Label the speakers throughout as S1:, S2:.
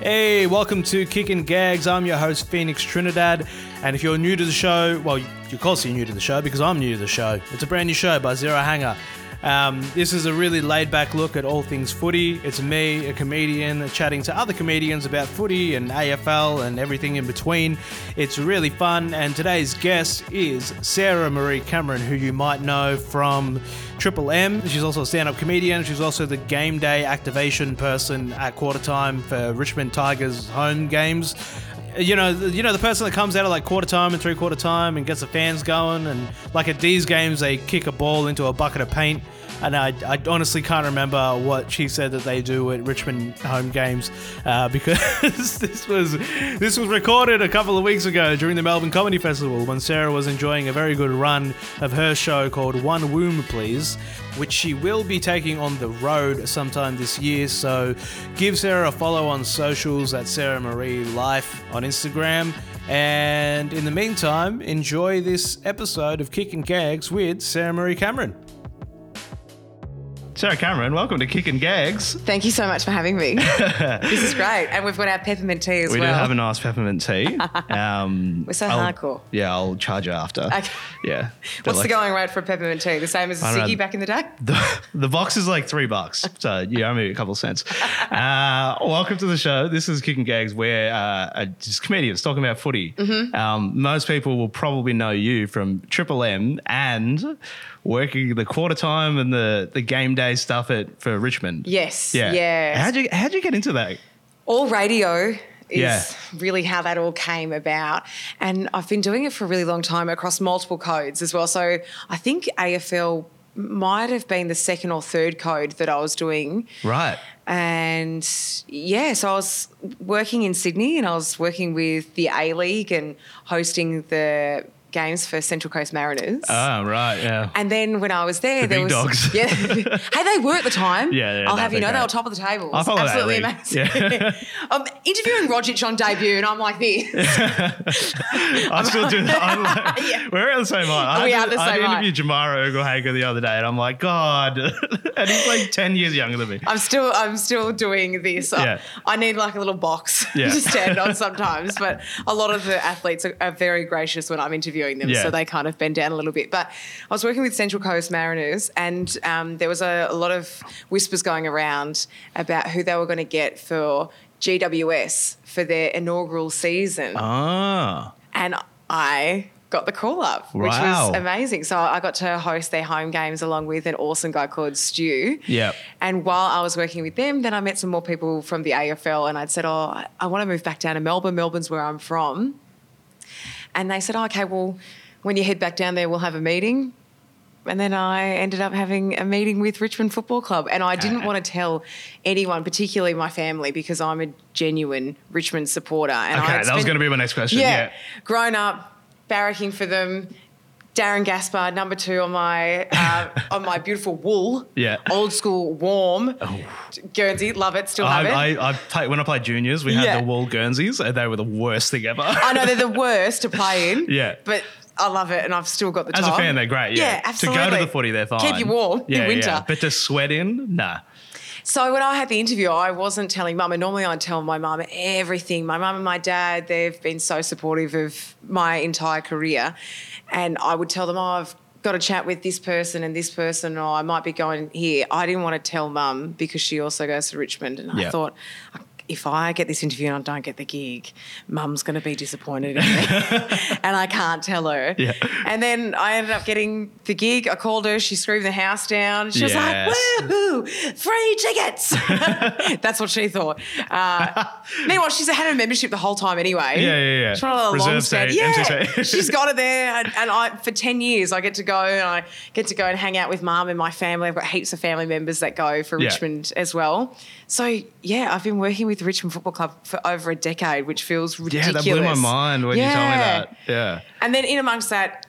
S1: Hey, welcome to Kick and Gags. I'm your host, Phoenix Trinidad. And if you're new to the show, well, of course you're new to the show because I'm new to the show. It's a brand new show by Zero Hanger. Um, this is a really laid back look at all things footy. It's me, a comedian, chatting to other comedians about footy and AFL and everything in between. It's really fun, and today's guest is Sarah Marie Cameron, who you might know from Triple M. She's also a stand up comedian. She's also the game day activation person at quarter time for Richmond Tigers home games. You know, you know the person that comes out at like quarter time and three quarter time and gets the fans going, and like at these games they kick a ball into a bucket of paint and I, I honestly can't remember what she said that they do at Richmond home games uh, because this was this was recorded a couple of weeks ago during the Melbourne Comedy Festival when Sarah was enjoying a very good run of her show called One Womb Please, which she will be taking on the road sometime this year. So give Sarah a follow on socials at Sarah Marie Life on Instagram. And in the meantime, enjoy this episode of Kick and Gags with Sarah Marie Cameron. Sarah Cameron, welcome to Kick and Gags.
S2: Thank you so much for having me. this is great. And we've got our peppermint tea as
S1: We
S2: well.
S1: do have a nice peppermint tea. Um,
S2: We're so
S1: I'll-
S2: hardcore.
S1: Yeah, I'll charge you after.
S2: Okay.
S1: Yeah. They're
S2: What's
S1: like-
S2: the going rate for a peppermint tea? The same as a
S1: I don't know.
S2: ciggy back in the day?
S1: The, the box is like three bucks, so you owe me a couple of cents. Uh, welcome to the show. This is Kick and Gags, where uh, uh, just comedians talking about footy.
S2: Mm-hmm.
S1: Um, most people will probably know you from Triple M and working the quarter time and the, the game day stuff at for Richmond.
S2: Yes.
S1: Yeah.
S2: yes.
S1: How'd you how'd you get into that?
S2: all radio is
S1: Yeah.
S2: really how that all came about. And I've been doing it for a really long time across multiple codes as well. So I think AFL might have been the second or third code that I was doing.
S1: Right.
S2: And yeah, so I was working in Sydney and I was working with the A League and hosting the games for Central Coast Mariners.
S1: Oh, right. Yeah.
S2: and then when I was there,
S1: The
S2: there
S1: big
S2: was
S1: dogs.
S2: yeah, hey, they were at the time.
S1: Yeah, yeah,
S2: I'll
S1: no,
S2: have you know
S1: they're
S2: they were
S1: great.
S2: top of the table.
S1: I follow that
S2: Absolutely
S1: league.
S2: amazing.
S1: Yeah.
S2: I'm interviewing Rogic on debut, and I'm like this.
S1: I still do that. I'm like,
S2: Yeah.
S1: We're on the same line. I,
S2: We
S1: had
S2: are
S1: to-
S2: the
S1: I had
S2: same
S1: to
S2: line.
S1: interviewed Jamara Ogelhager the other day, and I'm like, God. and he's like 10 years younger than me.
S2: I'm still I'm still doing this. I-
S1: Yeah.
S2: I, need like a little box
S1: Yeah.
S2: to stand on sometimes. But a lot of the athletes are, are very gracious when I'm interviewing them,
S1: Yeah.
S2: so they kind of bend down a little bit. But I was working with Central Coast Mariners, and um, there was a, a lot of whispers going around about who they were going to get for GWS for their inaugural season,
S1: Ah.
S2: and I. Got the call up, which
S1: Wow.
S2: was amazing. So I got to host their home games along with an awesome guy called Stu.
S1: Yep.
S2: And while I was working with them, then I met some more people from the AFL and I'd said, Oh, I- I want to move back down to Melbourne. Melbourne's where I'm from. And they said, oh, Okay, well, when you head back down there, we'll have a meeting. And then I ended up having a meeting with Richmond Football Club. And I didn't want to tell anyone, particularly my family, because I'm a genuine Richmond supporter. And
S1: Okay,
S2: I
S1: that was going to be my next question. Yeah.
S2: Grown up, barracking for them. Darren Gaspar, number two on my uh, on my beautiful wool.
S1: Yeah. Oh.
S2: Old school warm. Guernsey, love it, still have it.
S1: I, I, I played, when I played juniors, we had
S2: Yeah.
S1: the wool Guernseys, and they were the worst thing ever.
S2: I know they're the worst to play in.
S1: Yeah.
S2: But I love it and I've still got the
S1: As
S2: time.
S1: a fan, they're great. Yeah,
S2: absolutely.
S1: To go to the footy, they're fine.
S2: Keep you warm
S1: yeah,
S2: in winter.
S1: Yeah. But to sweat in, nah.
S2: So when I had the interview, I wasn't telling mum, and normally I tell my mum everything. My mum and my dad, they've been so supportive of my entire career, and I would tell them, "Oh, I've got to chat with this person and this person, or I might be going here." I didn't want to tell mum because she also goes to Richmond, and
S1: Yeah.
S2: I thought. If I get this interview and I don't get the gig, mum's going to be disappointed in me and I can't tell her.
S1: Yeah.
S2: And then I ended up getting the gig. I called her. She screamed the house down. She
S1: Yes.
S2: was like, "Woo!" Ooh, free tickets. That's what she thought. Uh, meanwhile, she's had her membership the whole time anyway.
S1: Yeah, yeah, yeah.
S2: It's one of the
S1: Reserve
S2: long stand-
S1: state,
S2: Yeah,
S1: MCC.
S2: she's got it there. And, and I, for 10 years, I get to go and I get to go and hang out with mum and my family. I've got heaps of family members that go for
S1: Yeah.
S2: Richmond as well. So, yeah, I've been working with Richmond Football Club for over a decade, which feels
S1: Yeah,
S2: ridiculous.
S1: that blew my mind when you told me
S2: Yeah.
S1: that. Yeah.
S2: And then in amongst that,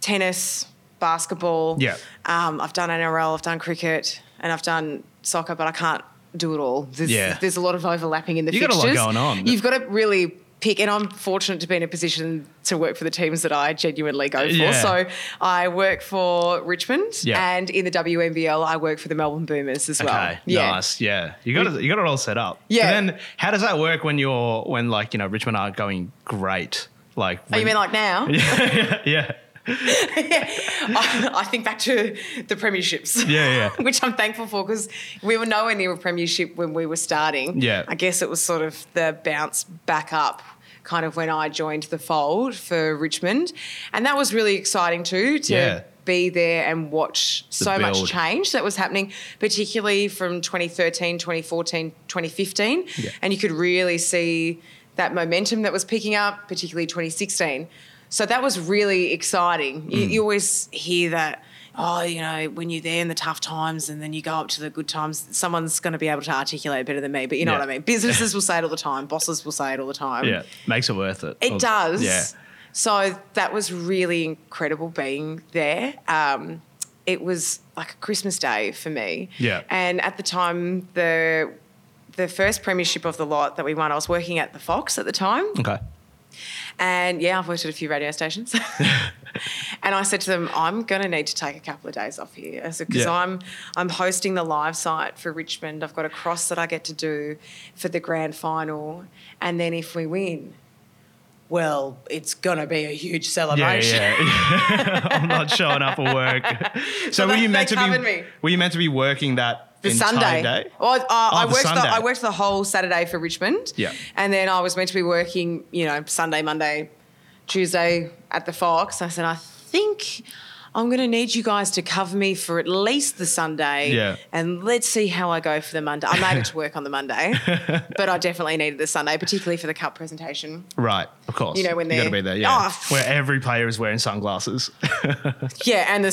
S2: tennis, basketball.
S1: Yeah.
S2: Um, I've done NRL, I've done cricket, and I've done soccer, but I can't do it all. There's,
S1: Yeah.
S2: there's a lot of overlapping in the
S1: You got a lot
S2: fixtures.
S1: going on.
S2: You've got to really pick, and I'm fortunate to be in a position to work for the teams that I genuinely go for.
S3: Yeah.
S2: So I work for Richmond,
S3: Yeah.
S2: and in the WNBL, I work for the Melbourne Boomers as well.
S3: Okay. Nice. Yeah. You got it. You got it all set up.
S2: Yeah.
S3: And then how does that work when you're when like you know Richmond aren't going great? Like.
S2: Oh, you
S3: when-
S2: mean like now?
S3: yeah. Yeah.
S2: I, I think back to the premierships.
S3: Yeah, yeah.
S2: which I'm thankful for because we were nowhere near a premiership when we were starting.
S3: Yeah.
S2: I guess it was sort of the bounce back up kind of when I joined the fold for Richmond. And that was really exciting too to
S3: Yeah.
S2: be there and watch so
S3: build.
S2: much change that was happening, particularly from 2013, 2014, 2015.
S3: Yeah.
S2: And you could really see that momentum that was picking up, particularly 2016. So that was really exciting.
S3: Mm.
S2: You, you always hear that, oh, you know, when you're there in the tough times and then you go up to the good times, someone's going to be able to articulate it better than me. But you know
S3: Yeah.
S2: what I mean? Businesses will say it all the time, bosses will say it all the time.
S3: Yeah. Makes it worth it.
S2: It does.
S3: Yeah.
S2: So that was really incredible being there. Um, it was like a Christmas day for me.
S3: Yeah.
S2: And at the time, the the first premiership of the lot that we won, I was working at the Fox at the time,
S3: Okay.
S2: and yeah, I've worked at a few radio stations. and I said to them, I'm going to need to take a couple of days off here because
S3: Yeah.
S2: I'm I'm hosting the live site for Richmond. I've got a cross that I get to do for the grand final, and then if we win, well, it's going to be a huge
S3: Yeah,
S2: celebration.
S3: yeah. I'm not showing up for work. So,
S2: So
S3: were
S2: they-
S3: you meant
S2: they
S3: to be?
S2: covered me.
S3: Were you meant to be working that
S2: The
S3: entire
S2: Sunday.
S3: Day?
S2: Well, I- I-
S3: Oh,
S2: I
S3: the
S2: worked. The
S3: Sunday.
S2: I worked the whole Saturday for Richmond.
S3: Yeah.
S2: And then I was meant to be working, you know, Sunday, Monday, Tuesday at the Fox. I said, I think I'm going to need you guys to cover me for at least the Sunday.
S3: Yeah.
S2: And let's see how I go for the Monday. I made it to work on the Monday, but I definitely needed the Sunday, particularly for the cup presentation.
S3: Right, of course.
S2: You know, when
S3: you gotta be
S2: they're-
S3: there, yeah,
S2: Oh.
S3: where every player is wearing sunglasses.
S2: Yeah, and the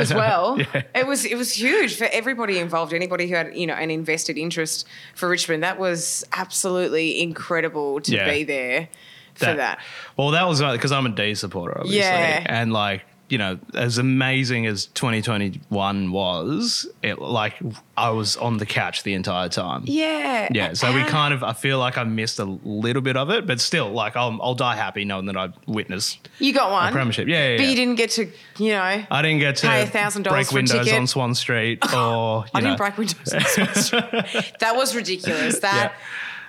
S2: as well.
S3: Yeah.
S2: It was it was huge for everybody involved. Anybody who had you know an invested interest for Richmond, that was absolutely incredible to
S3: Yeah.
S2: be there for that.
S3: Well, that was because I'm a D supporter, obviously,
S2: Yeah.
S3: and like you know, as amazing as 2021 was, it like I was on the couch the entire time.
S2: Yeah.
S3: Yeah, so we
S2: And-
S3: kind of I feel like I missed a little bit of it, but still, like I'll, I'll die happy knowing that I witnessed
S2: You got one.
S3: a premiership. Yeah, yeah.
S2: But
S3: yeah.
S2: you didn't get to you know.
S3: I didn't get to
S2: pay $1,000
S3: break
S2: for a
S3: windows
S2: ticket.
S3: on Swan Street, or you know.
S2: I didn't break windows. that was ridiculous. That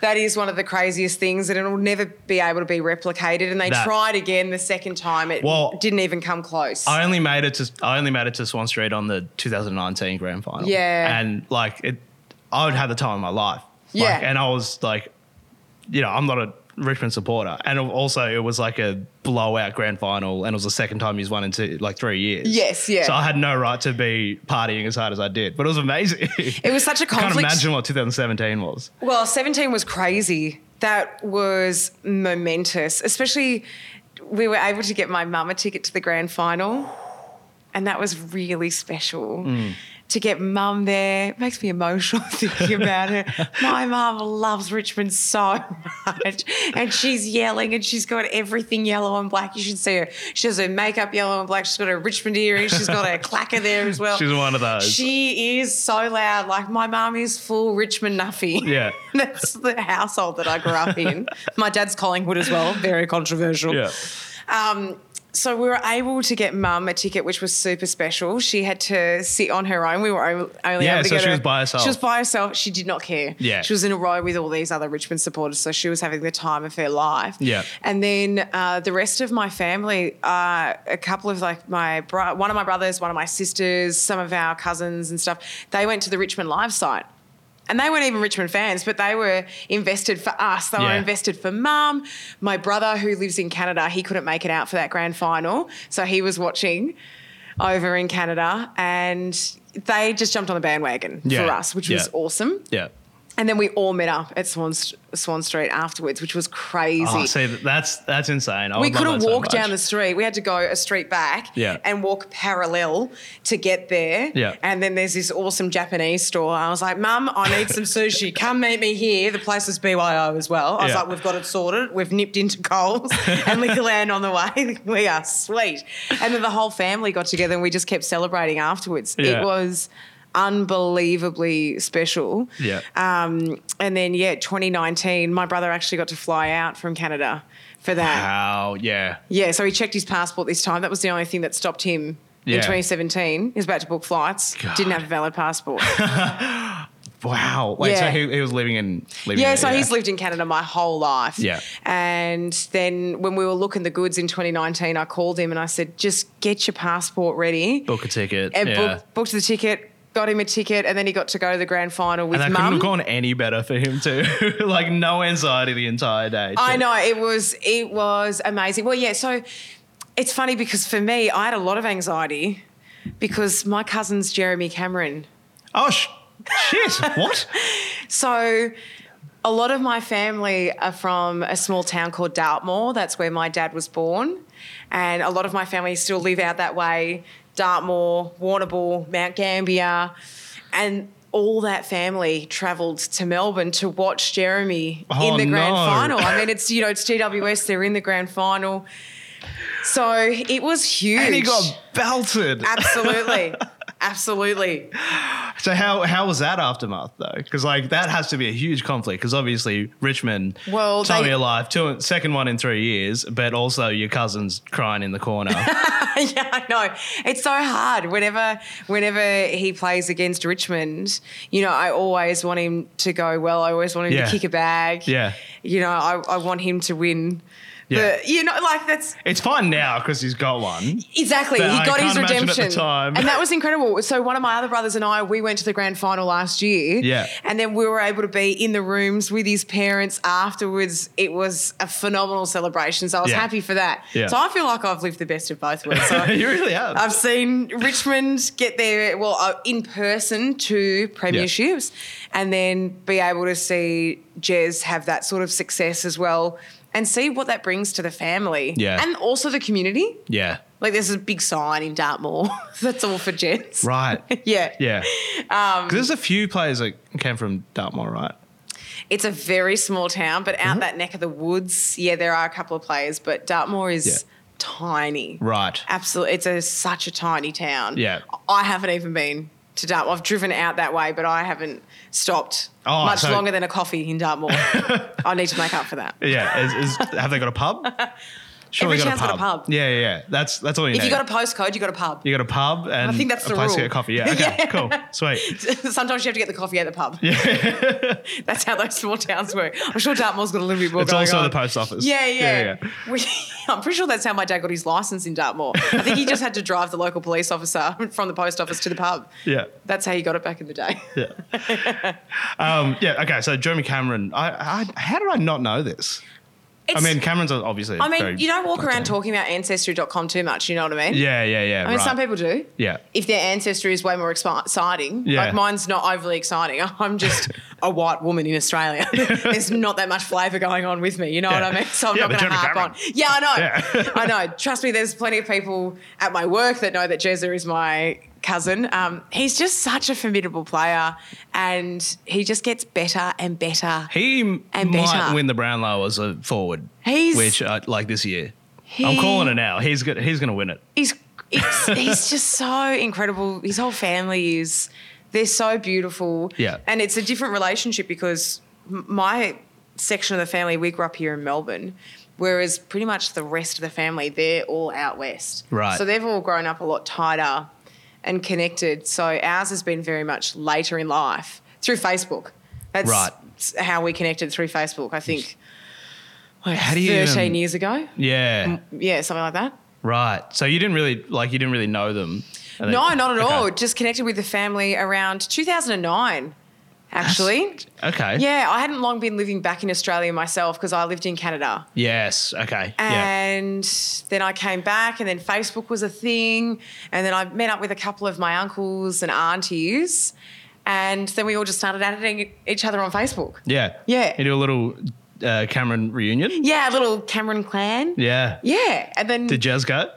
S2: that is one of the craziest things, and it'll never be able to be replicated. And they
S3: That-
S2: tried again the second time. It
S3: Well,
S2: didn't even come close.
S3: I only made it to I only made it to Swan Street on the 2019 grand final.
S2: Yeah.
S3: and like it, I would have the time of my life. Like,
S2: Yeah.
S3: and I was like, you know, I'm not a Richmond supporter, and also it was like a blowout grand final, and it was the second time he's won in two, like three years.
S2: Yes, yeah.
S3: So I had no right to be partying as hard as I did, but it was amazing. I
S2: it was such a
S3: Can't
S2: conflict.
S3: imagine what 2017 was.
S2: Well, 17 was crazy. That was momentous, especially we were able to get my mum a ticket to the grand final, and that was really special.
S3: Mm.
S2: To get mum there it makes me emotional thinking about it. My mum loves Richmond so much, and she's yelling, and she's got everything yellow and black. You should see her. She has her makeup yellow and black. She's got her Richmond earrings. She's got her clacker there as well.
S3: She's one of those.
S2: She is so loud. Like my mum is full Richmond Nuffy.
S3: Yeah.
S2: That's the household that I grew up in. My dad's Collingwood as well. Very controversial.
S3: yeah.
S2: Um, so we were able to get mum a ticket, which was super special. She had to sit on her own. We were o- only
S3: Yeah,
S2: able to
S3: so
S2: get
S3: she
S2: her-
S3: was by herself.
S2: She was by herself. She did not care.
S3: Yeah.
S2: She was in a row with all these other Richmond supporters, so she was having the time of her life.
S3: Yeah.
S2: And then uh, the rest of my family, uh, a couple of like my bro- one of my brothers, one of my sisters, some of our cousins and stuff, they went to the Richmond Live site. And they weren't even Richmond fans, but they were invested for us. They were
S3: Yeah.
S2: invested invested for mum. My brother, who lives in Canada, he couldn't make it out for that grand final. So he was watching over in Canada and they just jumped on the bandwagon for
S3: Yeah,
S2: us, which
S3: yeah.
S2: was awesome.
S3: Yeah.
S2: And then we all met up at Swan, Swan Street afterwards, which was crazy.
S3: Oh, see, that's that's insane. I
S2: we
S3: would love
S2: couldn't
S3: that so
S2: walk down
S3: much.
S2: the street. We had to go a street back
S3: Yeah.
S2: and walk parallel to get there.
S3: Yeah.
S2: And then there's this awesome Japanese store. I was like, Mum, I need some sushi. Come meet me here. The place is BYO as well. I was
S3: Yeah.
S2: like, We've got it sorted. We've nipped into Coles and Liquorland on the way. we are sweet. And then the whole family got together and we just kept celebrating afterwards.
S3: Yeah.
S2: It was unbelievably special.
S3: Yeah.
S2: Um, and then yeah, 2019, my brother actually got to fly out from Canada for that.
S3: How? Yeah.
S2: Yeah, so he checked his passport this time. That was the only thing that stopped him
S3: Yeah.
S2: in 2017. He was about to book flights,
S3: God.
S2: didn't have a valid passport.
S3: Wow. Wait. So
S2: Yeah.
S3: he, he was living in. Living
S2: yeah,
S3: in-
S2: so he's lived in Canada my whole life.
S3: Yeah.
S2: And then when we were looking the goods in 2019, I called him and I said, just get your passport ready.
S3: book a ticket.
S2: and
S3: yeah.
S2: book, booked the ticket, got him a ticket, and then he got to go to the grand final with
S3: and I couldn't
S2: mum.
S3: have gone any better for him too. like no anxiety the entire day.
S2: I know it was it was amazing. Well, yeah. So it's funny because for me, I had a lot of anxiety because my cousin's Jeremy Cameron.
S3: Oh sh- shit! What?
S2: So a lot of my family are from a small town called Dartmoor. That's where my dad was born, and a lot of my family still live out that way. Dartmoor, Warrnambool, Mount Gambier, and all that family travelled to Melbourne to watch Jeremy
S3: Oh,
S2: in the grand
S3: no.
S2: final. I mean, it's you know it's GWS. They're in the grand final, so it was huge.
S3: And he got belted.
S2: absolutely, absolutely.
S3: So how how was that aftermath though? Because like that has to be a huge conflict. Because obviously Richmond,
S2: Well,
S3: time of
S2: they-
S3: your life, two, second one in three years, but also your cousins crying in the corner.
S2: yeah, I know. It's so hard. Whenever whenever he plays against Richmond, you know, I always want him to go well. I always want him
S3: Yeah.
S2: to kick a bag.
S3: Yeah.
S2: You know, I, I want him to win.
S3: Yeah.
S2: But you know, like that's
S3: it's fine now because he's got one.
S2: exactly.
S3: But
S2: he
S3: I
S2: got
S3: can't
S2: his
S3: imagine at the
S2: redemption.
S3: time.
S2: And that was incredible. So one of my other brothers and I, we went to the grand final last year.
S3: Yeah.
S2: And then we were able to be in the rooms with his parents afterwards. It was a phenomenal celebration. So I was
S3: Yeah.
S2: happy for that.
S3: Yeah.
S2: So I feel like I've lived the best of both worlds. So
S3: you really have.
S2: Uh, I've seen Richmond get their well uh, in person to premierships, and then be able to see Jez have that sort of success as well, and see what that brings to the family,
S3: Yeah.
S2: and also the community.
S3: yeah.
S2: Like there's a big sign in Dartmoor that's all for Jez.
S3: Right.
S2: Yeah.
S3: Yeah.
S2: Um,
S3: Because there's a few players that came from Dartmoor, right?
S2: it's a very small town, but
S3: Mm-hmm.
S2: out that neck of the woods, yeah, there are a couple of players, but Dartmoor is
S3: Yeah.
S2: tiny.
S3: Right.
S2: Absolutely, it's a, such a tiny town.
S3: Yeah.
S2: I haven't even been to Dartmoor. I've driven out that way, but I haven't stopped
S3: Oh,
S2: much
S3: so-
S2: longer than a coffee in Dartmoor. I need to make up for that.
S3: Yeah. Is, is, have they got a pub? Sure,
S2: Every town's got a pub.
S3: Yeah, yeah, yeah. That's that's all you
S2: If
S3: need.
S2: you got a postcode, you got a pub.
S3: you got a pub and
S2: think that's
S3: a
S2: the
S3: place to
S2: rule.
S3: get coffee. Yeah. Okay.
S2: Yeah.
S3: Cool. Sweet.
S2: Sometimes you have to get the coffee at the pub. That's how those small towns work. I'm sure Dartmoor's got a little bit more
S3: It's
S2: going
S3: also
S2: on.
S3: the post office.
S2: Yeah, yeah. We- I'm pretty sure that's how my dad got his license in Dartmoor. I think he just had to drive the local police officer from the post office to the pub.
S3: Yeah.
S2: That's how he got it back in the day.
S3: Yeah. um, yeah. Okay. So Jeremy Cameron, I, I, how did I not know this?
S2: It's-
S3: I mean, Cameron's obviously.
S2: I mean,
S3: very-
S2: you don't walk around talking about ancestry.com too much, you know what I mean?
S3: Yeah, yeah, yeah.
S2: I mean,
S3: right.
S2: some people do.
S3: Yeah.
S2: If their ancestry is way more expi- exciting,
S3: Yeah.
S2: like mine's not overly exciting. I'm just a white woman in Australia. There's not that much flavour going on with me. You know
S3: Yeah.
S2: what I mean? So I'm
S3: Yeah,
S2: not
S3: but
S2: going
S3: Jeremy
S2: to
S3: Cameron.
S2: harp on. Yeah, I know.
S3: Yeah.
S2: I know. Trust me, there's plenty of people at my work that know that Jezza is my cousin. Um, he's just such a formidable player, and he just gets better and better.
S3: He
S2: And
S3: might
S2: better.
S3: win the Brownlow as a forward,
S2: He's-
S3: which I, like this year. I'm
S2: He-
S3: calling it now. He's go- he's going to win it.
S2: he's it's, he's just so incredible. His whole family is they're so beautiful.
S3: Yeah.
S2: and it's a different relationship because m- my section of the family we grew up here in Melbourne, whereas pretty much the rest of the family they're all out west.
S3: Right.
S2: so they've all grown up a lot tighter and connected. So ours has been very much later in life through Facebook. That's
S3: Right.
S2: how we connected through Facebook. I think. like,
S3: How do you um,
S2: Thirteen
S3: even-
S2: years ago,
S3: Yeah.
S2: yeah, something like that.
S3: Right. So you didn't really like you didn't really know them. And
S2: No,
S3: they-
S2: not at
S3: okay.
S2: all. Just connected with the family around 2009, actually.
S3: Okay.
S2: Yeah, I hadn't long been living back in Australia myself because I lived in Canada.
S3: Yes. Okay. yeah.
S2: And then I came back, and then Facebook was a thing. And then I met up with a couple of my uncles and aunties. And then we all just started adding each other on Facebook.
S3: Yeah.
S2: Yeah.
S3: You do a little uh, Cameron reunion.
S2: Yeah, a little Cameron clan.
S3: Yeah.
S2: Yeah. And then,
S3: Did Jazz go?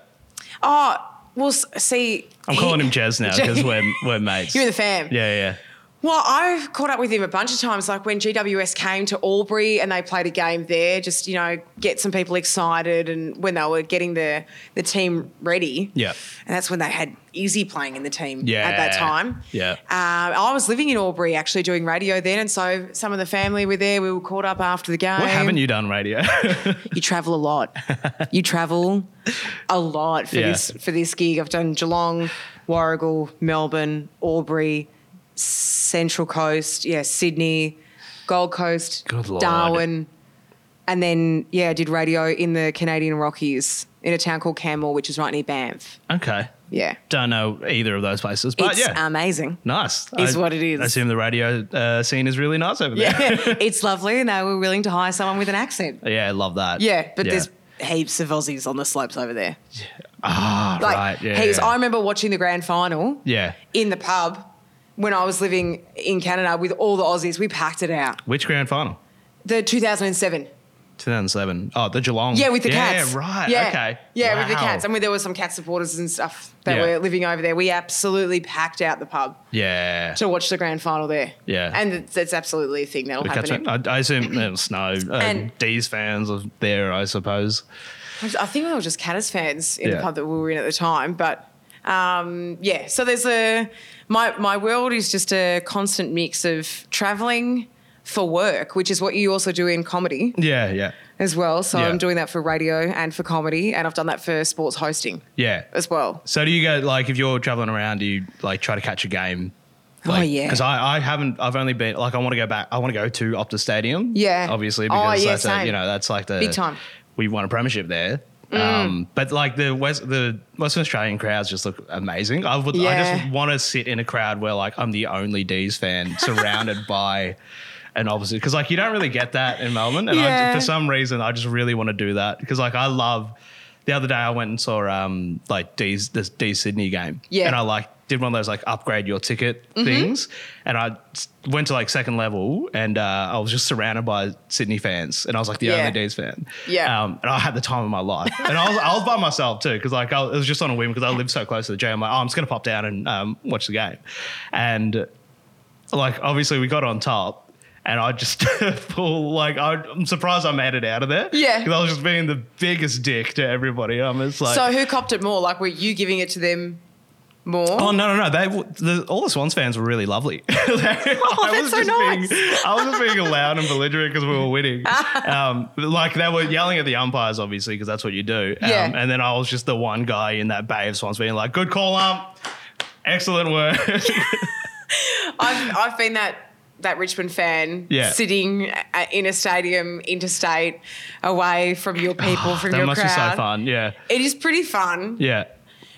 S2: oh, well, s- see.
S3: I'm calling him Jazz now because we're we're mates.
S2: You're the fam.
S3: yeah, yeah.
S2: Well, I've caught up with him a bunch of times, like when GWS came to Albury and they played a game there, just, you know, get some people excited and when they were getting the, the team ready.
S3: Yeah.
S2: And that's when they had Izzy playing in the team
S3: Yeah.
S2: at that time.
S3: Yeah.
S2: Um, I was living in Albury actually doing radio then. And so some of the family were there. We were caught up after the game.
S3: What haven't you done, radio?
S2: You travel a lot. you travel a lot for
S3: Yeah.
S2: this for this gig. I've done Geelong, Warrigal, Melbourne, Albury, Central Coast, yeah, Sydney, Gold Coast,
S3: Good Lord.
S2: Darwin, and then yeah, I did radio in the Canadian Rockies in a town called Camel, which is right near Banff.
S3: okay.
S2: Yeah,
S3: Don't know either of those places, but
S2: it's
S3: yeah,
S2: amazing.
S3: nice.
S2: is what it is.
S3: I assume the radio uh, scene is really nice over there.
S2: Yeah, it's lovely, and they were willing to hire someone with an accent.
S3: Yeah, I love that.
S2: Yeah, but there's heaps of Aussies on the slopes over there.
S3: ah
S2: Like
S3: right. Yeah,
S2: heaps.
S3: yeah.
S2: I remember watching the grand final
S3: yeah.
S2: in the pub when I was living in Canada with all the Aussies. We packed it out.
S3: Which grand final?
S2: The 2007.
S3: 2007. Oh, the Geelong.
S2: Yeah, with the
S3: yeah,
S2: cats.
S3: Yeah, right.
S2: Yeah.
S3: Okay.
S2: Yeah, with the
S3: Wow.
S2: cats. I mean, there were some cat supporters and stuff that
S3: Yeah.
S2: were living over there. We absolutely packed out the pub
S3: yeah.
S2: to watch the grand final there.
S3: Yeah.
S2: And it's- that's absolutely a thing that'll
S3: The cats.
S2: happen.
S3: I, I assume it was snow. Uh,
S2: And-
S3: D's fans are there, I suppose.
S2: I think we were just Catters fans in
S3: Yeah.
S2: the pub that we were in at the time, but um, yeah. So there's a my my world is just a constant mix of traveling for work, which is what you also do in comedy
S3: Yeah, yeah,
S2: as well. So
S3: Yeah.
S2: I'm doing that for radio and for comedy, and I've done that for sports hosting
S3: yeah.
S2: as well.
S3: So do you go like if you're traveling around, do you like try to catch a game?
S2: Oh, yeah.
S3: because I, I haven't. I've only been like I want to go back. I want to go to Optus Stadium.
S2: Yeah.
S3: obviously
S2: Oh,
S3: because
S2: yeah,
S3: that's a,
S2: same.
S3: you know that's like the
S2: Big time. Mm.
S3: We won a premiership there. Um, but like the West, the Western Australian crowds just look amazing. I would, I
S2: Yeah.
S3: just want to sit in a crowd where like I'm the only D's fan surrounded by an opposite because like you don't really get that in Melbourne, and I,
S2: Yeah.
S3: for some reason I just really want to do that because like I love. The other day I went and saw um like D's this D Sydney game,
S2: Yeah. Mm-hmm.
S3: and I like did one of those like upgrade your ticket things, and I s- went to like second level, and uh, I was just surrounded by Sydney fans, and I was like the
S2: Yeah.
S3: only D's fan,
S2: Yeah.
S3: Um, and I had the time of my life, and I was I was by myself too because like I was, it was just on a whim because I lived so close to the gym. I'm like, oh, I'm just gonna pop down and um, watch the game, and like obviously we got on top and I just full like I, I'm surprised I made it out of there.
S2: Yeah.
S3: because I was just being the biggest dick to everybody. I'm just like,
S2: so who copped it more? Like, were you giving it to them more?
S3: oh no no no! They w- the, all the Swans fans were really lovely. oh,
S2: that's so nice.
S3: Being, I was just being loud and belligerent because we were winning. um, like they were yelling at the umpires, obviously, because that's what you do. Um,
S2: Yeah.
S3: And then I was just the one guy in that bay of Swans being like, "Good call, ump. Excellent work."
S2: I've I've been that that Richmond fan
S3: Yeah.
S2: sitting uh, in a stadium interstate away from your people from
S3: that
S2: your
S3: must
S2: crowd.
S3: be so fun. Yeah,
S2: It is pretty fun.
S3: yeah.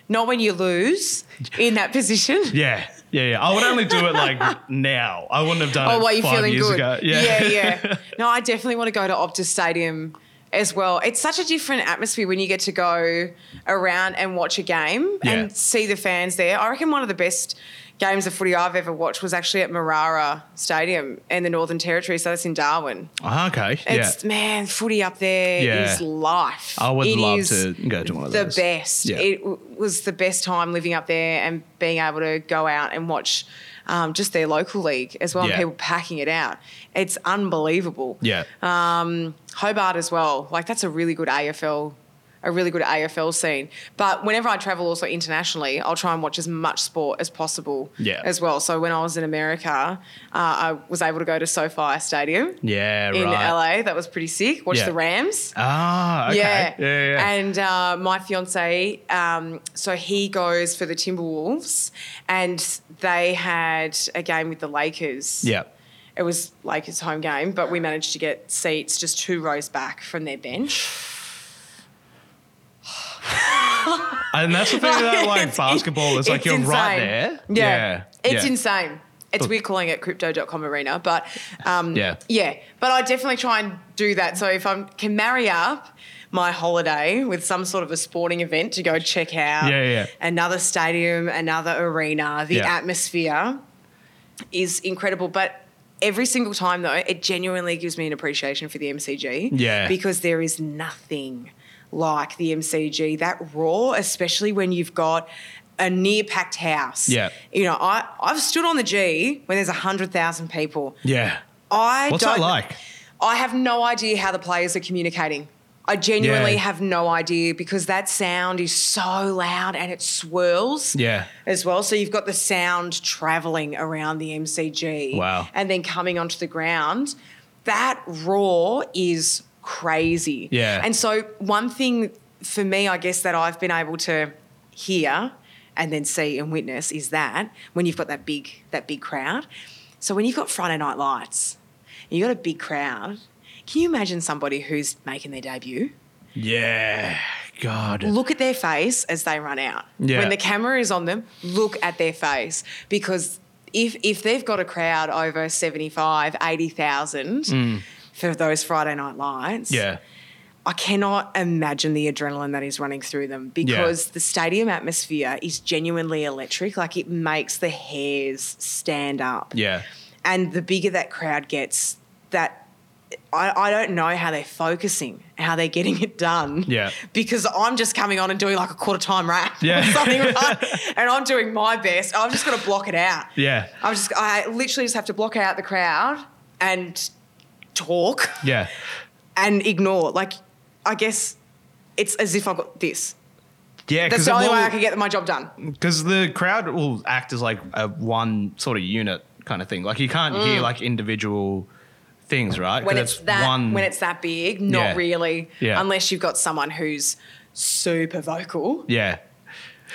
S2: Not when you lose in that position.
S3: Yeah, yeah, yeah. I would only do it like now. I wouldn't have done
S2: Oh,
S3: it
S2: while you're
S3: five
S2: feeling
S3: years
S2: good.
S3: ago.
S2: yeah, yeah. No, I definitely want to go to Optus Stadium as well. It's such a different atmosphere when you get to go around and watch a game
S3: Yeah.
S2: and see the fans there. I reckon one of the best games of footy I've ever watched was actually at Marara Stadium in the Northern Territory. So that's in Darwin.
S3: Ah, okay.
S2: It's
S3: yeah.
S2: man, footy up there is
S3: Yeah.
S2: life.
S3: I would
S2: It
S3: love
S2: is
S3: to go to one of
S2: The
S3: those.
S2: best.
S3: Yeah.
S2: It w- was the best time living up there and being able to go out and watch um, just their local league as well.
S3: Yeah.
S2: And people packing it out. It's unbelievable.
S3: Yeah.
S2: Hobart as well. Like that's a really good AFL, a really good AFL scene. But whenever I travel also internationally, I'll try and watch as much sport as possible.
S3: Yeah.
S2: As well. So when I was in America, uh, I was able to go to SoFi Stadium
S3: yeah,
S2: in
S3: right.
S2: LA. That was pretty sick. Watch
S3: Yeah.
S2: the Rams.
S3: Ah, okay.
S2: Yeah.
S3: Yeah, yeah. yeah.
S2: And uh, my fiance, um, so he goes for the Timberwolves, and they had a game with the Lakers.
S3: yeah.
S2: It was Lakers home game, but we managed to get seats just two rows back from their bench.
S3: And that's the thing about like
S2: It's-
S3: basketball. It's like you're right
S2: insane.
S3: there.
S2: Yeah. It's
S3: yeah.
S2: insane. It's weird calling it crypto.com arena, but um,
S3: Yeah.
S2: yeah. But I definitely try and do that. So if I can marry up my holiday with some sort of a sporting event to go check out
S3: Yeah, yeah.
S2: another stadium, another arena, the
S3: Yeah.
S2: atmosphere is incredible. But every single time though, it genuinely gives me an appreciation for the MCG.
S3: Yeah.
S2: Because there is nothing like the MCG. That raw, especially when you've got a near packed house.
S3: Yeah.
S2: You know, I, I've stood on the G when there's 100,000 people.
S3: Yeah.
S2: I
S3: What's
S2: don't,
S3: that like?
S2: I have no idea how the players are communicating. I genuinely
S3: Yeah.
S2: have no idea because that sound is so loud and it swirls
S3: Yeah.
S2: as well. So you've got the sound traveling around the MCG.
S3: Wow.
S2: And then coming onto the ground. That roar is crazy.
S3: Yeah.
S2: And so, one thing for me, I guess, that I've been able to hear and then see and witness is that when you've got that big, that big crowd. So, when you've got Friday night lights and you've got a big crowd, can you imagine somebody who's making their debut?
S3: Yeah. God.
S2: look at their face as they run out.
S3: Yeah.
S2: When the camera is on them, look at their face because if if they've got a crowd over 75, 80,000 for those Friday night lights,
S3: Mm. yeah.
S2: I cannot imagine the adrenaline that is running through them because the stadium atmosphere is genuinely electric. Like it makes the hairs stand up.
S3: Yeah.
S2: And the bigger that crowd gets, that I, I don't know how they're focusing, how they're getting it done.
S3: Yeah.
S2: Because I'm just coming on and doing like a quarter time rap
S3: Yeah.
S2: or something, right? and I'm doing my best. I've just got to block it out.
S3: Yeah.
S2: I've just I literally just have to block out the crowd and talk
S3: Yeah.
S2: and ignore. Like I guess it's as if I've got this.
S3: Yeah. Because
S2: That's the only way I
S3: the,
S2: can get my job done.
S3: crowd will act as like a one sort of unit kind of thing. Like you can't hear like individual things, right? 'Cause
S2: Mm. When it's that
S3: one.
S2: when it's that big, not
S3: Yeah.
S2: really.
S3: Yeah.
S2: Unless you've got someone who's super vocal.
S3: yeah.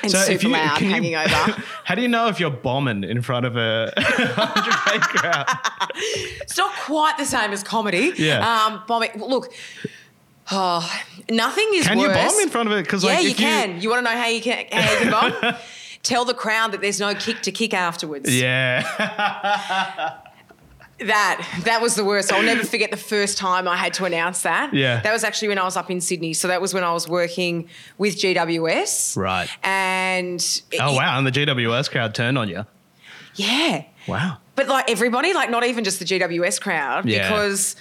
S2: and
S3: So if
S2: super
S3: you-
S2: loud
S3: can you-
S2: hanging over.
S3: How do you know if you're bombing in front of a 100 K crowd?
S2: It's not quite the same as comedy.
S3: Yeah.
S2: Um, bombing. Look, oh, nothing is
S3: Can
S2: worse.
S3: you bomb in front of it? Because
S2: yeah,
S3: like,
S2: you,
S3: if
S2: can. You want to know how you can, how you can bomb? Tell the crowd that there's no kick to kick afterwards.
S3: Yeah.
S2: That that was the worst. I'll never forget the first time I had to announce that.
S3: Yeah.
S2: That was actually when I was up in Sydney. So that was when I was working with GWS.
S3: Right.
S2: And
S3: Oh wow! And the GWS crowd turned on you.
S2: yeah.
S3: Wow.
S2: but like everybody, like not even just the GWS crowd,
S3: Yeah.
S2: because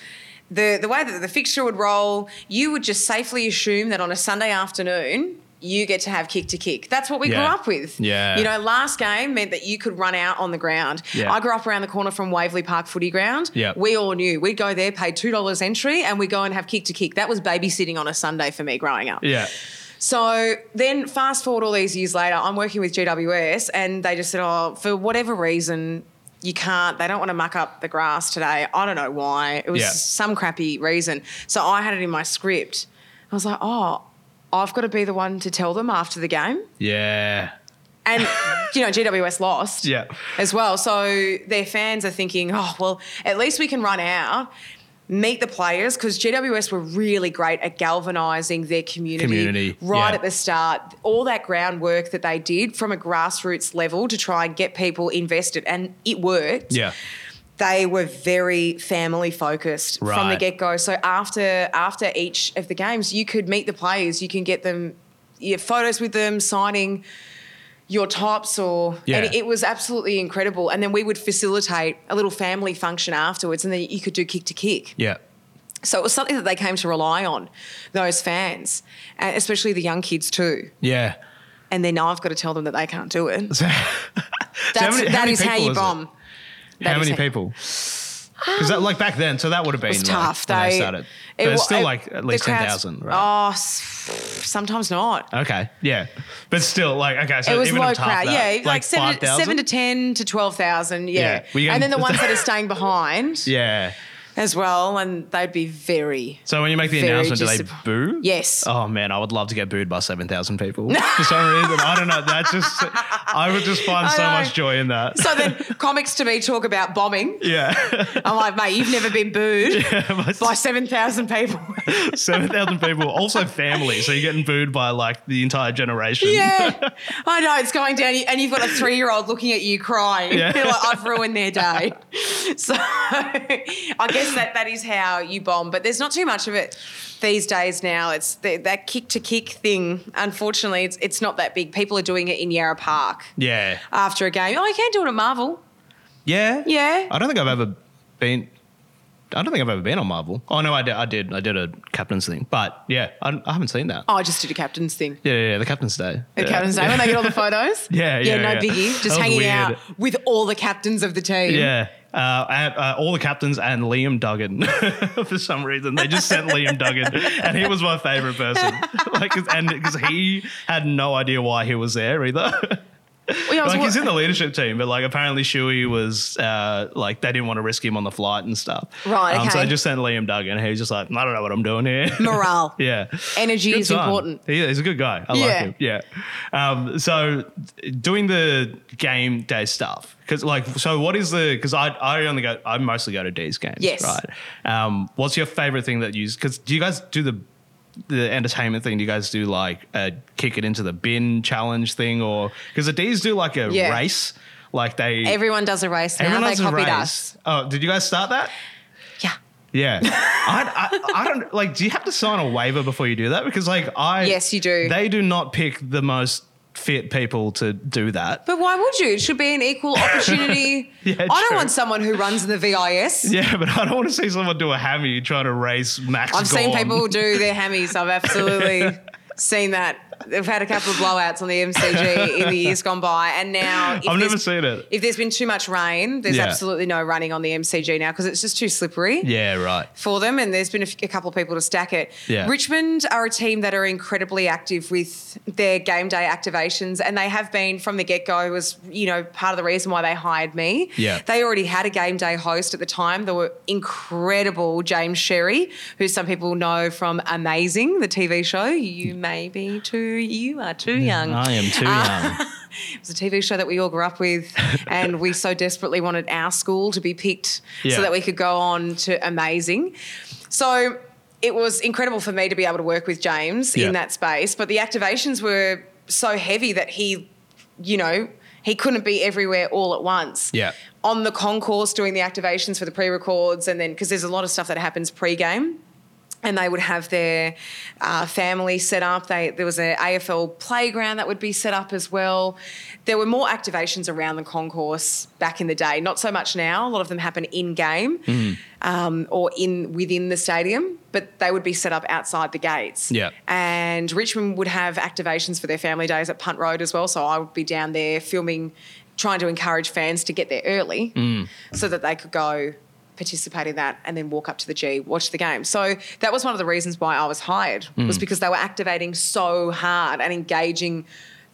S2: the the way that the fixture would roll, you would just safely assume that on a Sunday afternoon. You get to have kick to kick. That's what we grew
S3: Yeah.
S2: up with.
S3: Yeah.
S2: You know, last game meant that you could run out on the ground.
S3: Yeah.
S2: I grew up around the corner from Waverley Park Footy Ground.
S3: Yeah.
S2: We all knew we'd go there, pay two dollars entry, and we go and have kick to kick. That was babysitting on a Sunday for me growing up.
S3: Yeah.
S2: So then, fast forward all these years later, I'm working with GWS, and they just said, "Oh, for whatever reason, you can't. They don't want to muck up the grass today. I don't know why. It was
S3: Yeah.
S2: some crappy reason." So I had it in my script. I was like, "Oh, I've got to be the one to tell them after the game."
S3: Yeah.
S2: And you know, GWS lost
S3: Yeah.
S2: as well. So their fans are thinking, oh, well, at least we can run out, meet the players, because GWS were really great at galvanising their community,
S3: Community,
S2: right
S3: yeah.
S2: at the start. All that groundwork that they did from a grassroots level to try and get people invested, and it worked
S3: Yeah.
S2: they were very family focused from the
S3: Right.
S2: get go. So after after each of the games, you could meet the players, you can get them your photos with them, signing your tops or
S3: Yeah.
S2: and it was absolutely incredible. And then we would facilitate a little family function afterwards and then you could do kick to kick.
S3: Yeah.
S2: So it was something that they came to rely on, those fans, and especially the young kids too.
S3: Yeah.
S2: And then now I've got to tell them that they can't do it.
S3: So, so
S2: That's,
S3: many-
S2: that
S3: many
S2: is how
S3: people
S2: you
S3: is it?
S2: bomb. That
S3: how
S2: is
S3: many
S2: how-
S3: people? Because that like back then, so that would have been
S2: It's
S3: like,
S2: tough.
S3: When
S2: they
S3: they started,
S2: it
S3: but it's
S2: wa-
S3: still
S2: it-
S3: like at
S2: the
S3: least ten
S2: crowds-
S3: thousand, right?
S2: Oh, s- sometimes not.
S3: okay, yeah, but still like okay, so
S2: It was
S3: even
S2: low
S3: on top of
S2: crowd,
S3: that,
S2: yeah, like, seven,
S3: 5,000?
S2: seven to ten to twelve thousand, yeah.
S3: Yeah. Were you
S2: And then the
S3: getting-
S2: ones that are staying behind
S3: yeah.
S2: as well, and they'd be very.
S3: So when you make the
S2: Very
S3: announcement, do they
S2: disapp-
S3: boo?
S2: Yes.
S3: Oh man, I would love to get booed by seven thousand people for some reason. I don't know. That's just I would just find
S2: I
S3: so
S2: know.
S3: much joy in that.
S2: So then comics to me talk about bombing.
S3: yeah,
S2: I'm like, mate, you've never been booed by
S3: By
S2: seven thousand people.
S3: seven thousand people, also family. So you're getting booed by like the entire generation.
S2: yeah, I know it's going down, and you've got a three-year-old looking at you crying.
S3: Yeah.
S2: You're like, I've ruined their day. So I guess that that is how you bomb. But there's not too much of it these days now. It's the, that kick to kick thing. Unfortunately, it's it's not that big. People are doing it in Yarra Park
S3: yeah,
S2: after a game. Oh, you can do it at Marvel.
S3: yeah,
S2: Yeah.
S3: I don't think I've ever been. I don't think I've ever been on Marvel. Oh no, I did. I did. I did a captain's thing, but yeah, I, I haven't seen that.
S2: Oh, I just did a captain's thing.
S3: Yeah, yeah, yeah, the captain's day.
S2: The
S3: yeah.
S2: captain's day when they get all the photos.
S3: Yeah, yeah,
S2: no
S3: yeah.
S2: biggie.
S3: That was
S2: Just hanging
S3: weird.
S2: out with all the captains of the team.
S3: Yeah. Uh, and, uh, all the captains and Liam Duggan for some reason they just sent Liam Duggan and he was my favorite person like 'cause- and because he had no idea why he was there either
S2: Well, yeah, I was
S3: like
S2: wa-
S3: he's in the leadership team but like apparently Shuey was uh, like they didn't want to risk him on the flight and stuff Um,
S2: Right,
S3: so they
S2: okay.
S3: just sent Liam Duggan and he was just like I don't know what I'm doing here
S2: morale.
S3: yeah
S2: Energy
S3: Good
S2: is
S3: time.
S2: important.
S3: He, he's a good guy. I like
S2: Yeah.
S3: him. Yeah. Um, so doing the game day stuff because like so what is the because I I only go I mostly go to D's games.
S2: Yes.
S3: Right. Um, what's your favorite thing that you because do you guys do the the entertainment thing? Do you guys do like a kick it into the bin challenge thing or because the D's do like a
S2: Yeah.
S3: race like they
S2: Everyone does a race now.
S3: everyone
S2: they
S3: does a
S2: copied
S3: race.
S2: us.
S3: Oh, did you guys start that?
S2: Yeah.
S3: Yeah. I, I, I don't like, do you have to sign a waiver before you do that? Because, like, I.
S2: Yes, you do.
S3: They do not pick the most fit people to do that.
S2: But why would you? It should be an equal opportunity.
S3: Yeah,
S2: I don't
S3: true.
S2: want someone who runs in the VIS.
S3: Yeah, but I don't want to see someone do a hammy trying to race Max.
S2: I've seen
S3: Gawn.
S2: people do their hammies. I've absolutely seen that. They've had a couple of blowouts on the MCG in the years gone by, and now if
S3: I've never
S2: there's-
S3: seen it.
S2: If there's been too much rain, there's
S3: Yeah.
S2: absolutely no running on the MCG now because it's just too slippery.
S3: Yeah, right.
S2: for them, and there's been a, f- a couple of people to stack it.
S3: Yeah.
S2: Richmond are a team that are incredibly active with their game day activations, and they have been from the get go. Was you know part of the reason why they hired me.
S3: Yeah.
S2: they already had a game day host at the time. There were incredible James Sherry, who some people know from Amazing, the TV show. You may be too, you are too young.
S3: I am too
S2: uh,
S3: young.
S2: It was a TV show that we all grew up with, and we so desperately wanted our school to be picked
S3: Yeah.
S2: so that we could go on to amazing. So it was incredible for me to be able to work with James
S3: Yeah.
S2: in that space, but the activations were so heavy that he, you know, he couldn't be everywhere all at once.
S3: Yeah.
S2: On the concourse doing the activations for the pre records, and then because there's a lot of stuff that happens pre game and they would have their uh, family set up. They, there was an AFL playground that would be set up as well. There were more activations around the concourse back in the day. Not so much now. A lot of them happen in game um, or in within the stadium, but they would be set up outside the gates.
S3: Yeah.
S2: And Richmond would have activations for their family days at Punt Road as well. So I would be down there filming, trying to encourage fans to get there early so that they could go participate in that and then walk up to the G, watch the game. So that was one of the reasons why I was hired was because they were activating so hard and engaging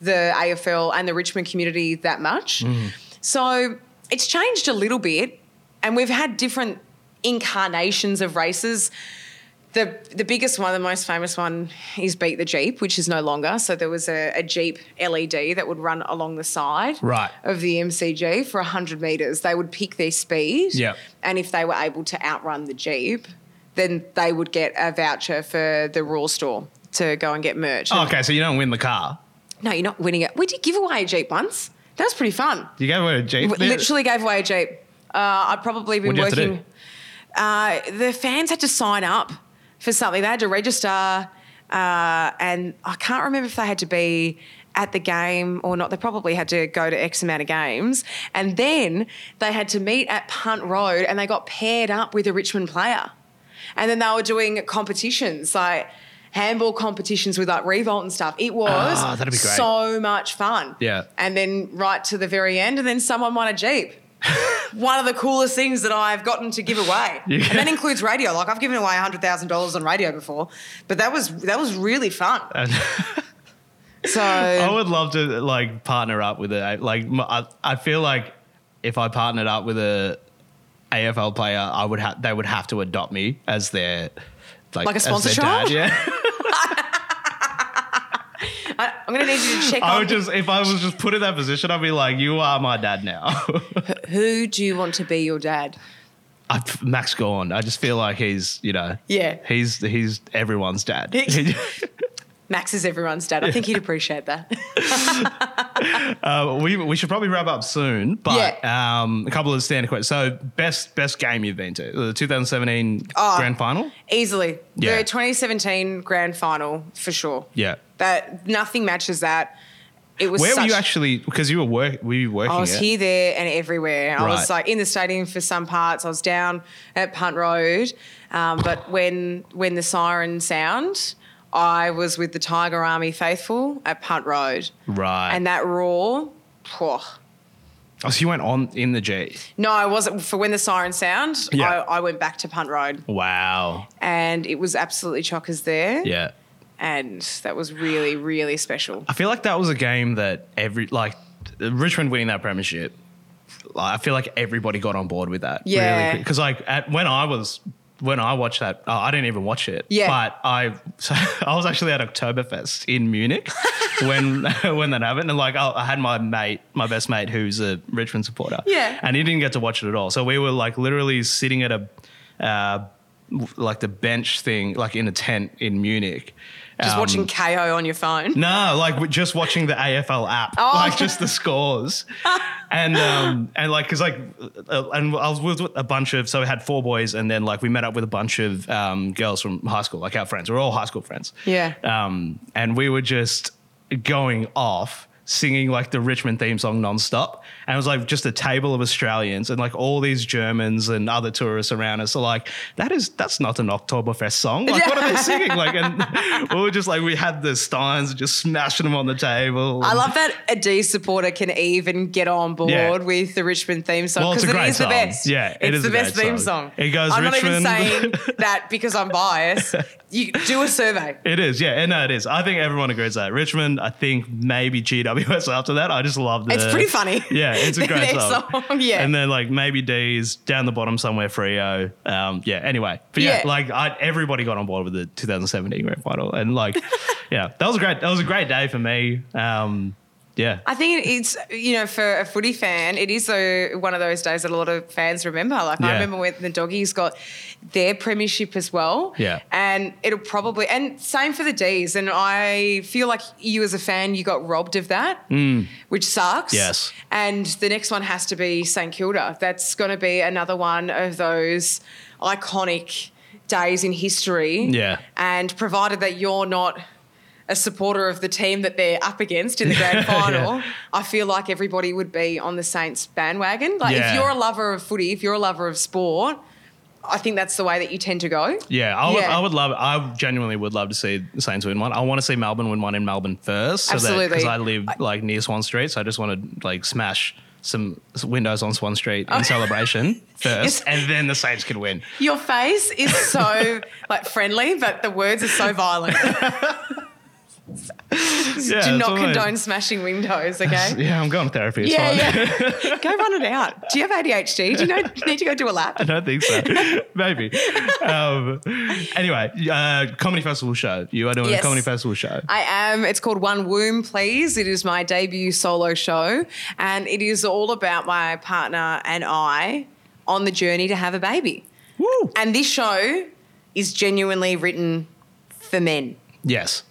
S2: the AFL and the Richmond community that much. So it's changed a little bit and we've had different incarnations of races the the biggest one, the most famous one, is beat the jeep, which is no longer. So there was a, a jeep LED that would run along the side
S3: Right.
S2: of the MCG for hundred meters. They would pick their speed,
S3: Yeah.
S2: and if they were able to outrun the jeep, then they would get a voucher for the Raw store to go and get merch.
S3: okay, so you don't win the car.
S2: No, you're not winning it. We did give away a jeep once. That was pretty fun.
S3: You gave away a Jeep.
S2: We literally gave away a jeep. Uh, I'd probably been
S3: What'd you have to
S2: working. Uh, the fans had to sign up for something. They had to register, uh, and I can't remember if they had to be at the game or not. They probably had to go to X amount of games, and then they had to meet at Punt Road, and they got paired up with a Richmond player, and then they were doing competitions like. Handball competitions with like Revolt and stuff. It was
S3: Ah, that'd be great.
S2: so much fun.
S3: Yeah.
S2: And then right to the very end, and then someone won a Jeep. One of the coolest things that I've gotten to give away. And that includes radio. Like I've given away $100,000 on radio before, but that was that was really fun. so
S3: I would love to like partner up with a like. m- I, I feel like if I partnered up with a AFL player, I would have they would have to adopt me as their like,
S2: Like a
S3: as
S2: sponsor
S3: their dad,
S2: child?
S3: Yeah,
S2: I, am going to need you to check
S3: I
S2: on
S3: would just if I was just put in that position, I'd be like, you are my dad now.
S2: who do you want to be your dad?
S3: I, Max Gorn, I just feel like he's you know
S2: Yeah.
S3: he's he's everyone's dad.
S2: Max is everyone's dad. I think he'd appreciate that.
S3: Uh, we, we should probably wrap up soon, but um, a couple of standard questions. So, best best game you've been to? The 2017
S2: Oh.
S3: Grand Final?
S2: Easily.
S3: Yeah.
S2: The 2017 grand final for sure.
S3: Yeah.
S2: That nothing matches that. It was
S3: Where were
S2: such-
S3: you actually? Because you were work. Were you working?
S2: I was
S3: it?
S2: here, there, and everywhere. I was
S3: Right.
S2: like in the stadium for some parts. I was down at Punt Road, um, but when when the siren sound, I was with the Tiger Army faithful at Punt Road,
S3: Right.
S2: and that roar. phew.
S3: oh, so you went on in the G.
S2: No, I wasn't for when the siren sound.
S3: Yeah.
S2: I, I went back to Punt Road,
S3: Wow.
S2: and it was absolutely chockers there,
S3: Yeah.
S2: and that was really really special.
S3: I feel like that was a game that every like Richmond winning that premiership. Like, I feel like everybody got on board with that.
S2: Yeah.
S3: Because like at, when I was when I watched that, oh, I didn't even watch it.
S2: Yeah.
S3: But I so I was actually at Oktoberfest in Munich when when that happened, and like I, I had my mate, my best mate, who's a Richmond supporter.
S2: Yeah.
S3: And he didn't get to watch it at all. So we were like literally sitting at a. Uh, w- like the bench thing, like in a tent in Munich.
S2: Just
S3: Um,
S2: watching KO on your phone.
S3: no, like we're just watching the AFL app,
S2: Oh.
S3: like just the scores, and um, and like because like, uh, and I was with a bunch of so we had four boys, and then like we met up with a bunch of um, girls from high school, like our friends. We're all high school friends.
S2: Yeah.
S3: Um, and we were just going off. Singing like the Richmond theme song nonstop, and it was like just a table of Australians and like all these Germans and other tourists around us are like, that is that's not an Oktoberfest song. Like, what are they singing? Like, and we were just like, we had the steins just smashing them on the table.
S2: I love that a D supporter can even get on board
S3: Yeah.
S2: with the Richmond theme song
S3: Well, it's
S2: because
S3: a
S2: it
S3: great
S2: is
S3: song.
S2: the best.
S3: Yeah, it
S2: it's
S3: is
S2: the
S3: a
S2: best
S3: great
S2: theme
S3: song.
S2: song.
S3: It goes,
S2: I'm not even saying
S3: "Richmond."
S2: that because I'm biased. You do a survey.
S3: It is, yeah, and no, it is. I think everyone agrees that Richmond. I think maybe GWS after that. I just love the.
S2: It's pretty funny.
S3: Yeah, it's a great
S2: Their
S3: song.
S2: song, yeah.
S3: and then like maybe D's down the bottom somewhere, Frio. Um, yeah. Anyway, but yeah,
S2: Yeah.
S3: like I, everybody got on board with the 2017 Grand Final, and like, yeah, that was a great. That was a great day for me. Um, yeah,
S2: I think it's you know for a footy fan, it is a, one of those days that a lot of fans remember. Like
S3: Yeah.
S2: I remember when the doggies got their premiership as well.
S3: Yeah.
S2: and it'll probably and same for the D's. And I feel like you as a fan, you got robbed of that, which sucks.
S3: Mm. Yes.
S2: And the next one has to be St Kilda. That's going to be another one of those iconic days in history.
S3: Yeah.
S2: And provided that you're not a supporter of the team that they're up against in the grand final, I feel like everybody would be on the Saints bandwagon. Like
S3: Yeah.
S2: if you're a lover of footy, if you're a lover of sport, I think that's the way that you tend to go.
S3: Yeah, I would,
S2: Yeah.
S3: I would love. I genuinely would love to see the Saints win one. I want to see Melbourne win one in Melbourne first,
S2: Absolutely.
S3: because I live like near Swan Street, so I just want to like smash some s- windows on Swan Street in celebration first,
S2: Oh. Yes.
S3: and then the Saints can win.
S2: Your face is so like friendly, but the words are so violent.
S3: Yeah,
S2: Do
S3: that's
S2: not
S3: all I-
S2: condone smashing windows, okay?
S3: Yeah, I'm going to therapy. It's
S2: Yeah,
S3: fine.
S2: yeah. go run it out. Do you have ADHD? Do you know, need to go do a lap?
S3: I don't think so. Maybe. Um, anyway, uh, comedy festival show. You are doing a
S2: Yes.
S3: comedy festival show.
S2: I am. It's called One Womb, Please. It is my debut solo show, and it is all about my partner and I on the journey to have a baby.
S3: Woo!
S2: And this show is genuinely written for men.
S3: Yes.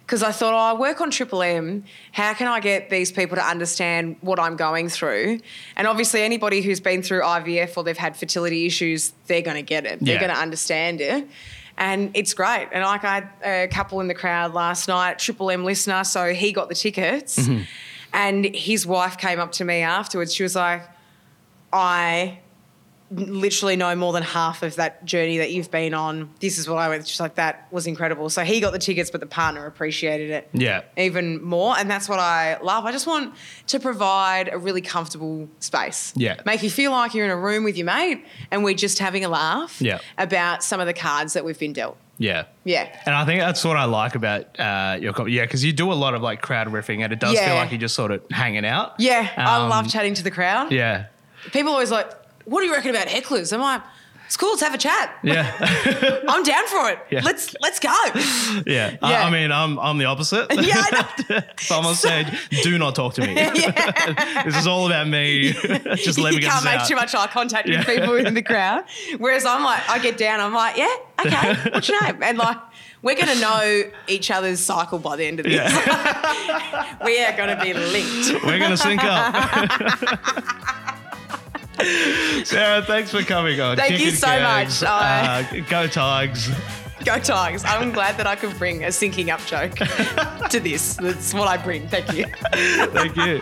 S2: Because I thought, oh, I work on Triple M. How can I get these people to understand what I'm going through? And obviously, anybody who's been through IVF or they've had fertility issues, they're going to get it. They're
S3: Yeah.
S2: going to understand it. And it's great. And like I had a couple in the crowd last night, Triple M listener, so he got the tickets. And his wife came up to me afterwards. She was like, I literally know more than half of that journey that you've been on. This is what I went. She's like, that was incredible. So he got the tickets, but the partner appreciated it
S3: Yeah.
S2: even more. And that's what I love. I just want to provide a really comfortable space.
S3: Yeah.
S2: Make you feel like you're in a room with your mate and we're just having a laugh
S3: Yeah.
S2: about some of the cards that we've been dealt.
S3: Yeah.
S2: Yeah.
S3: And I think that's what I like about uh, your comedy. Yeah, because you do a lot of like crowd riffing and it does feel
S2: Yeah.
S3: like you're just sort of hanging out.
S2: Yeah. I
S3: Um,
S2: love chatting to the crowd.
S3: Yeah.
S2: People always like, what do you reckon about hecklers? I'm like, it's cool, let's have a chat.
S3: Yeah.
S2: I'm down for it.
S3: Yeah.
S2: Let's let's go. yeah,
S3: yeah. I,
S2: Yeah.
S3: I mean, I'm, I'm the opposite.
S2: I know.
S3: Someone said, do not talk to me. this is all about me. just let me
S2: you
S3: get this
S2: can't make
S3: out.
S2: too much eye contact with people in the crowd. Whereas I'm like, I get down, I'm like, yeah, okay, what's your name? And like, we're gonna know each other's cycle by the end of this. we are gonna be linked.
S3: We're going to sync up. Sarah, thanks for coming on.
S2: Thank
S3: Kick
S2: you
S3: and
S2: so much.
S3: Gags. Uh, go Tigers.
S2: Go Go Tigers. I'm glad that I could bring a sinking up joke to this. That's what I bring. Thank you.
S3: Thank you.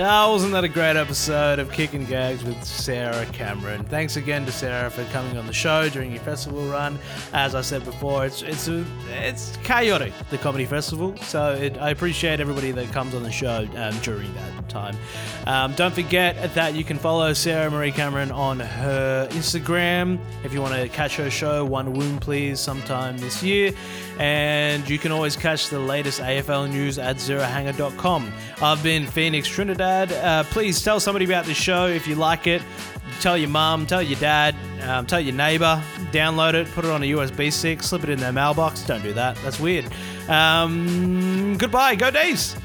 S1: Oh, wasn't that a great episode of Kicking Gags with Sarah Cameron? Thanks again to Sarah for coming on the show during your festival run. As I said before, it's it's a, it's chaotic the comedy festival, so it, I appreciate everybody that comes on the show um, during that time. Um, don't forget that you can follow Sarah Marie Cameron on her Instagram if you want to catch her show One Womb Please sometime this year, and you can always catch the latest AFL news at zerohanger.com. I've been Phoenix Trinidad. Trinidad. Uh, please tell somebody about the show if you like it. Tell your mum, tell your dad, um, tell your neighbor. Download it, put it on a USB stick, slip it in their mailbox. Don't do that. That's weird. Um, goodbye. Go D's.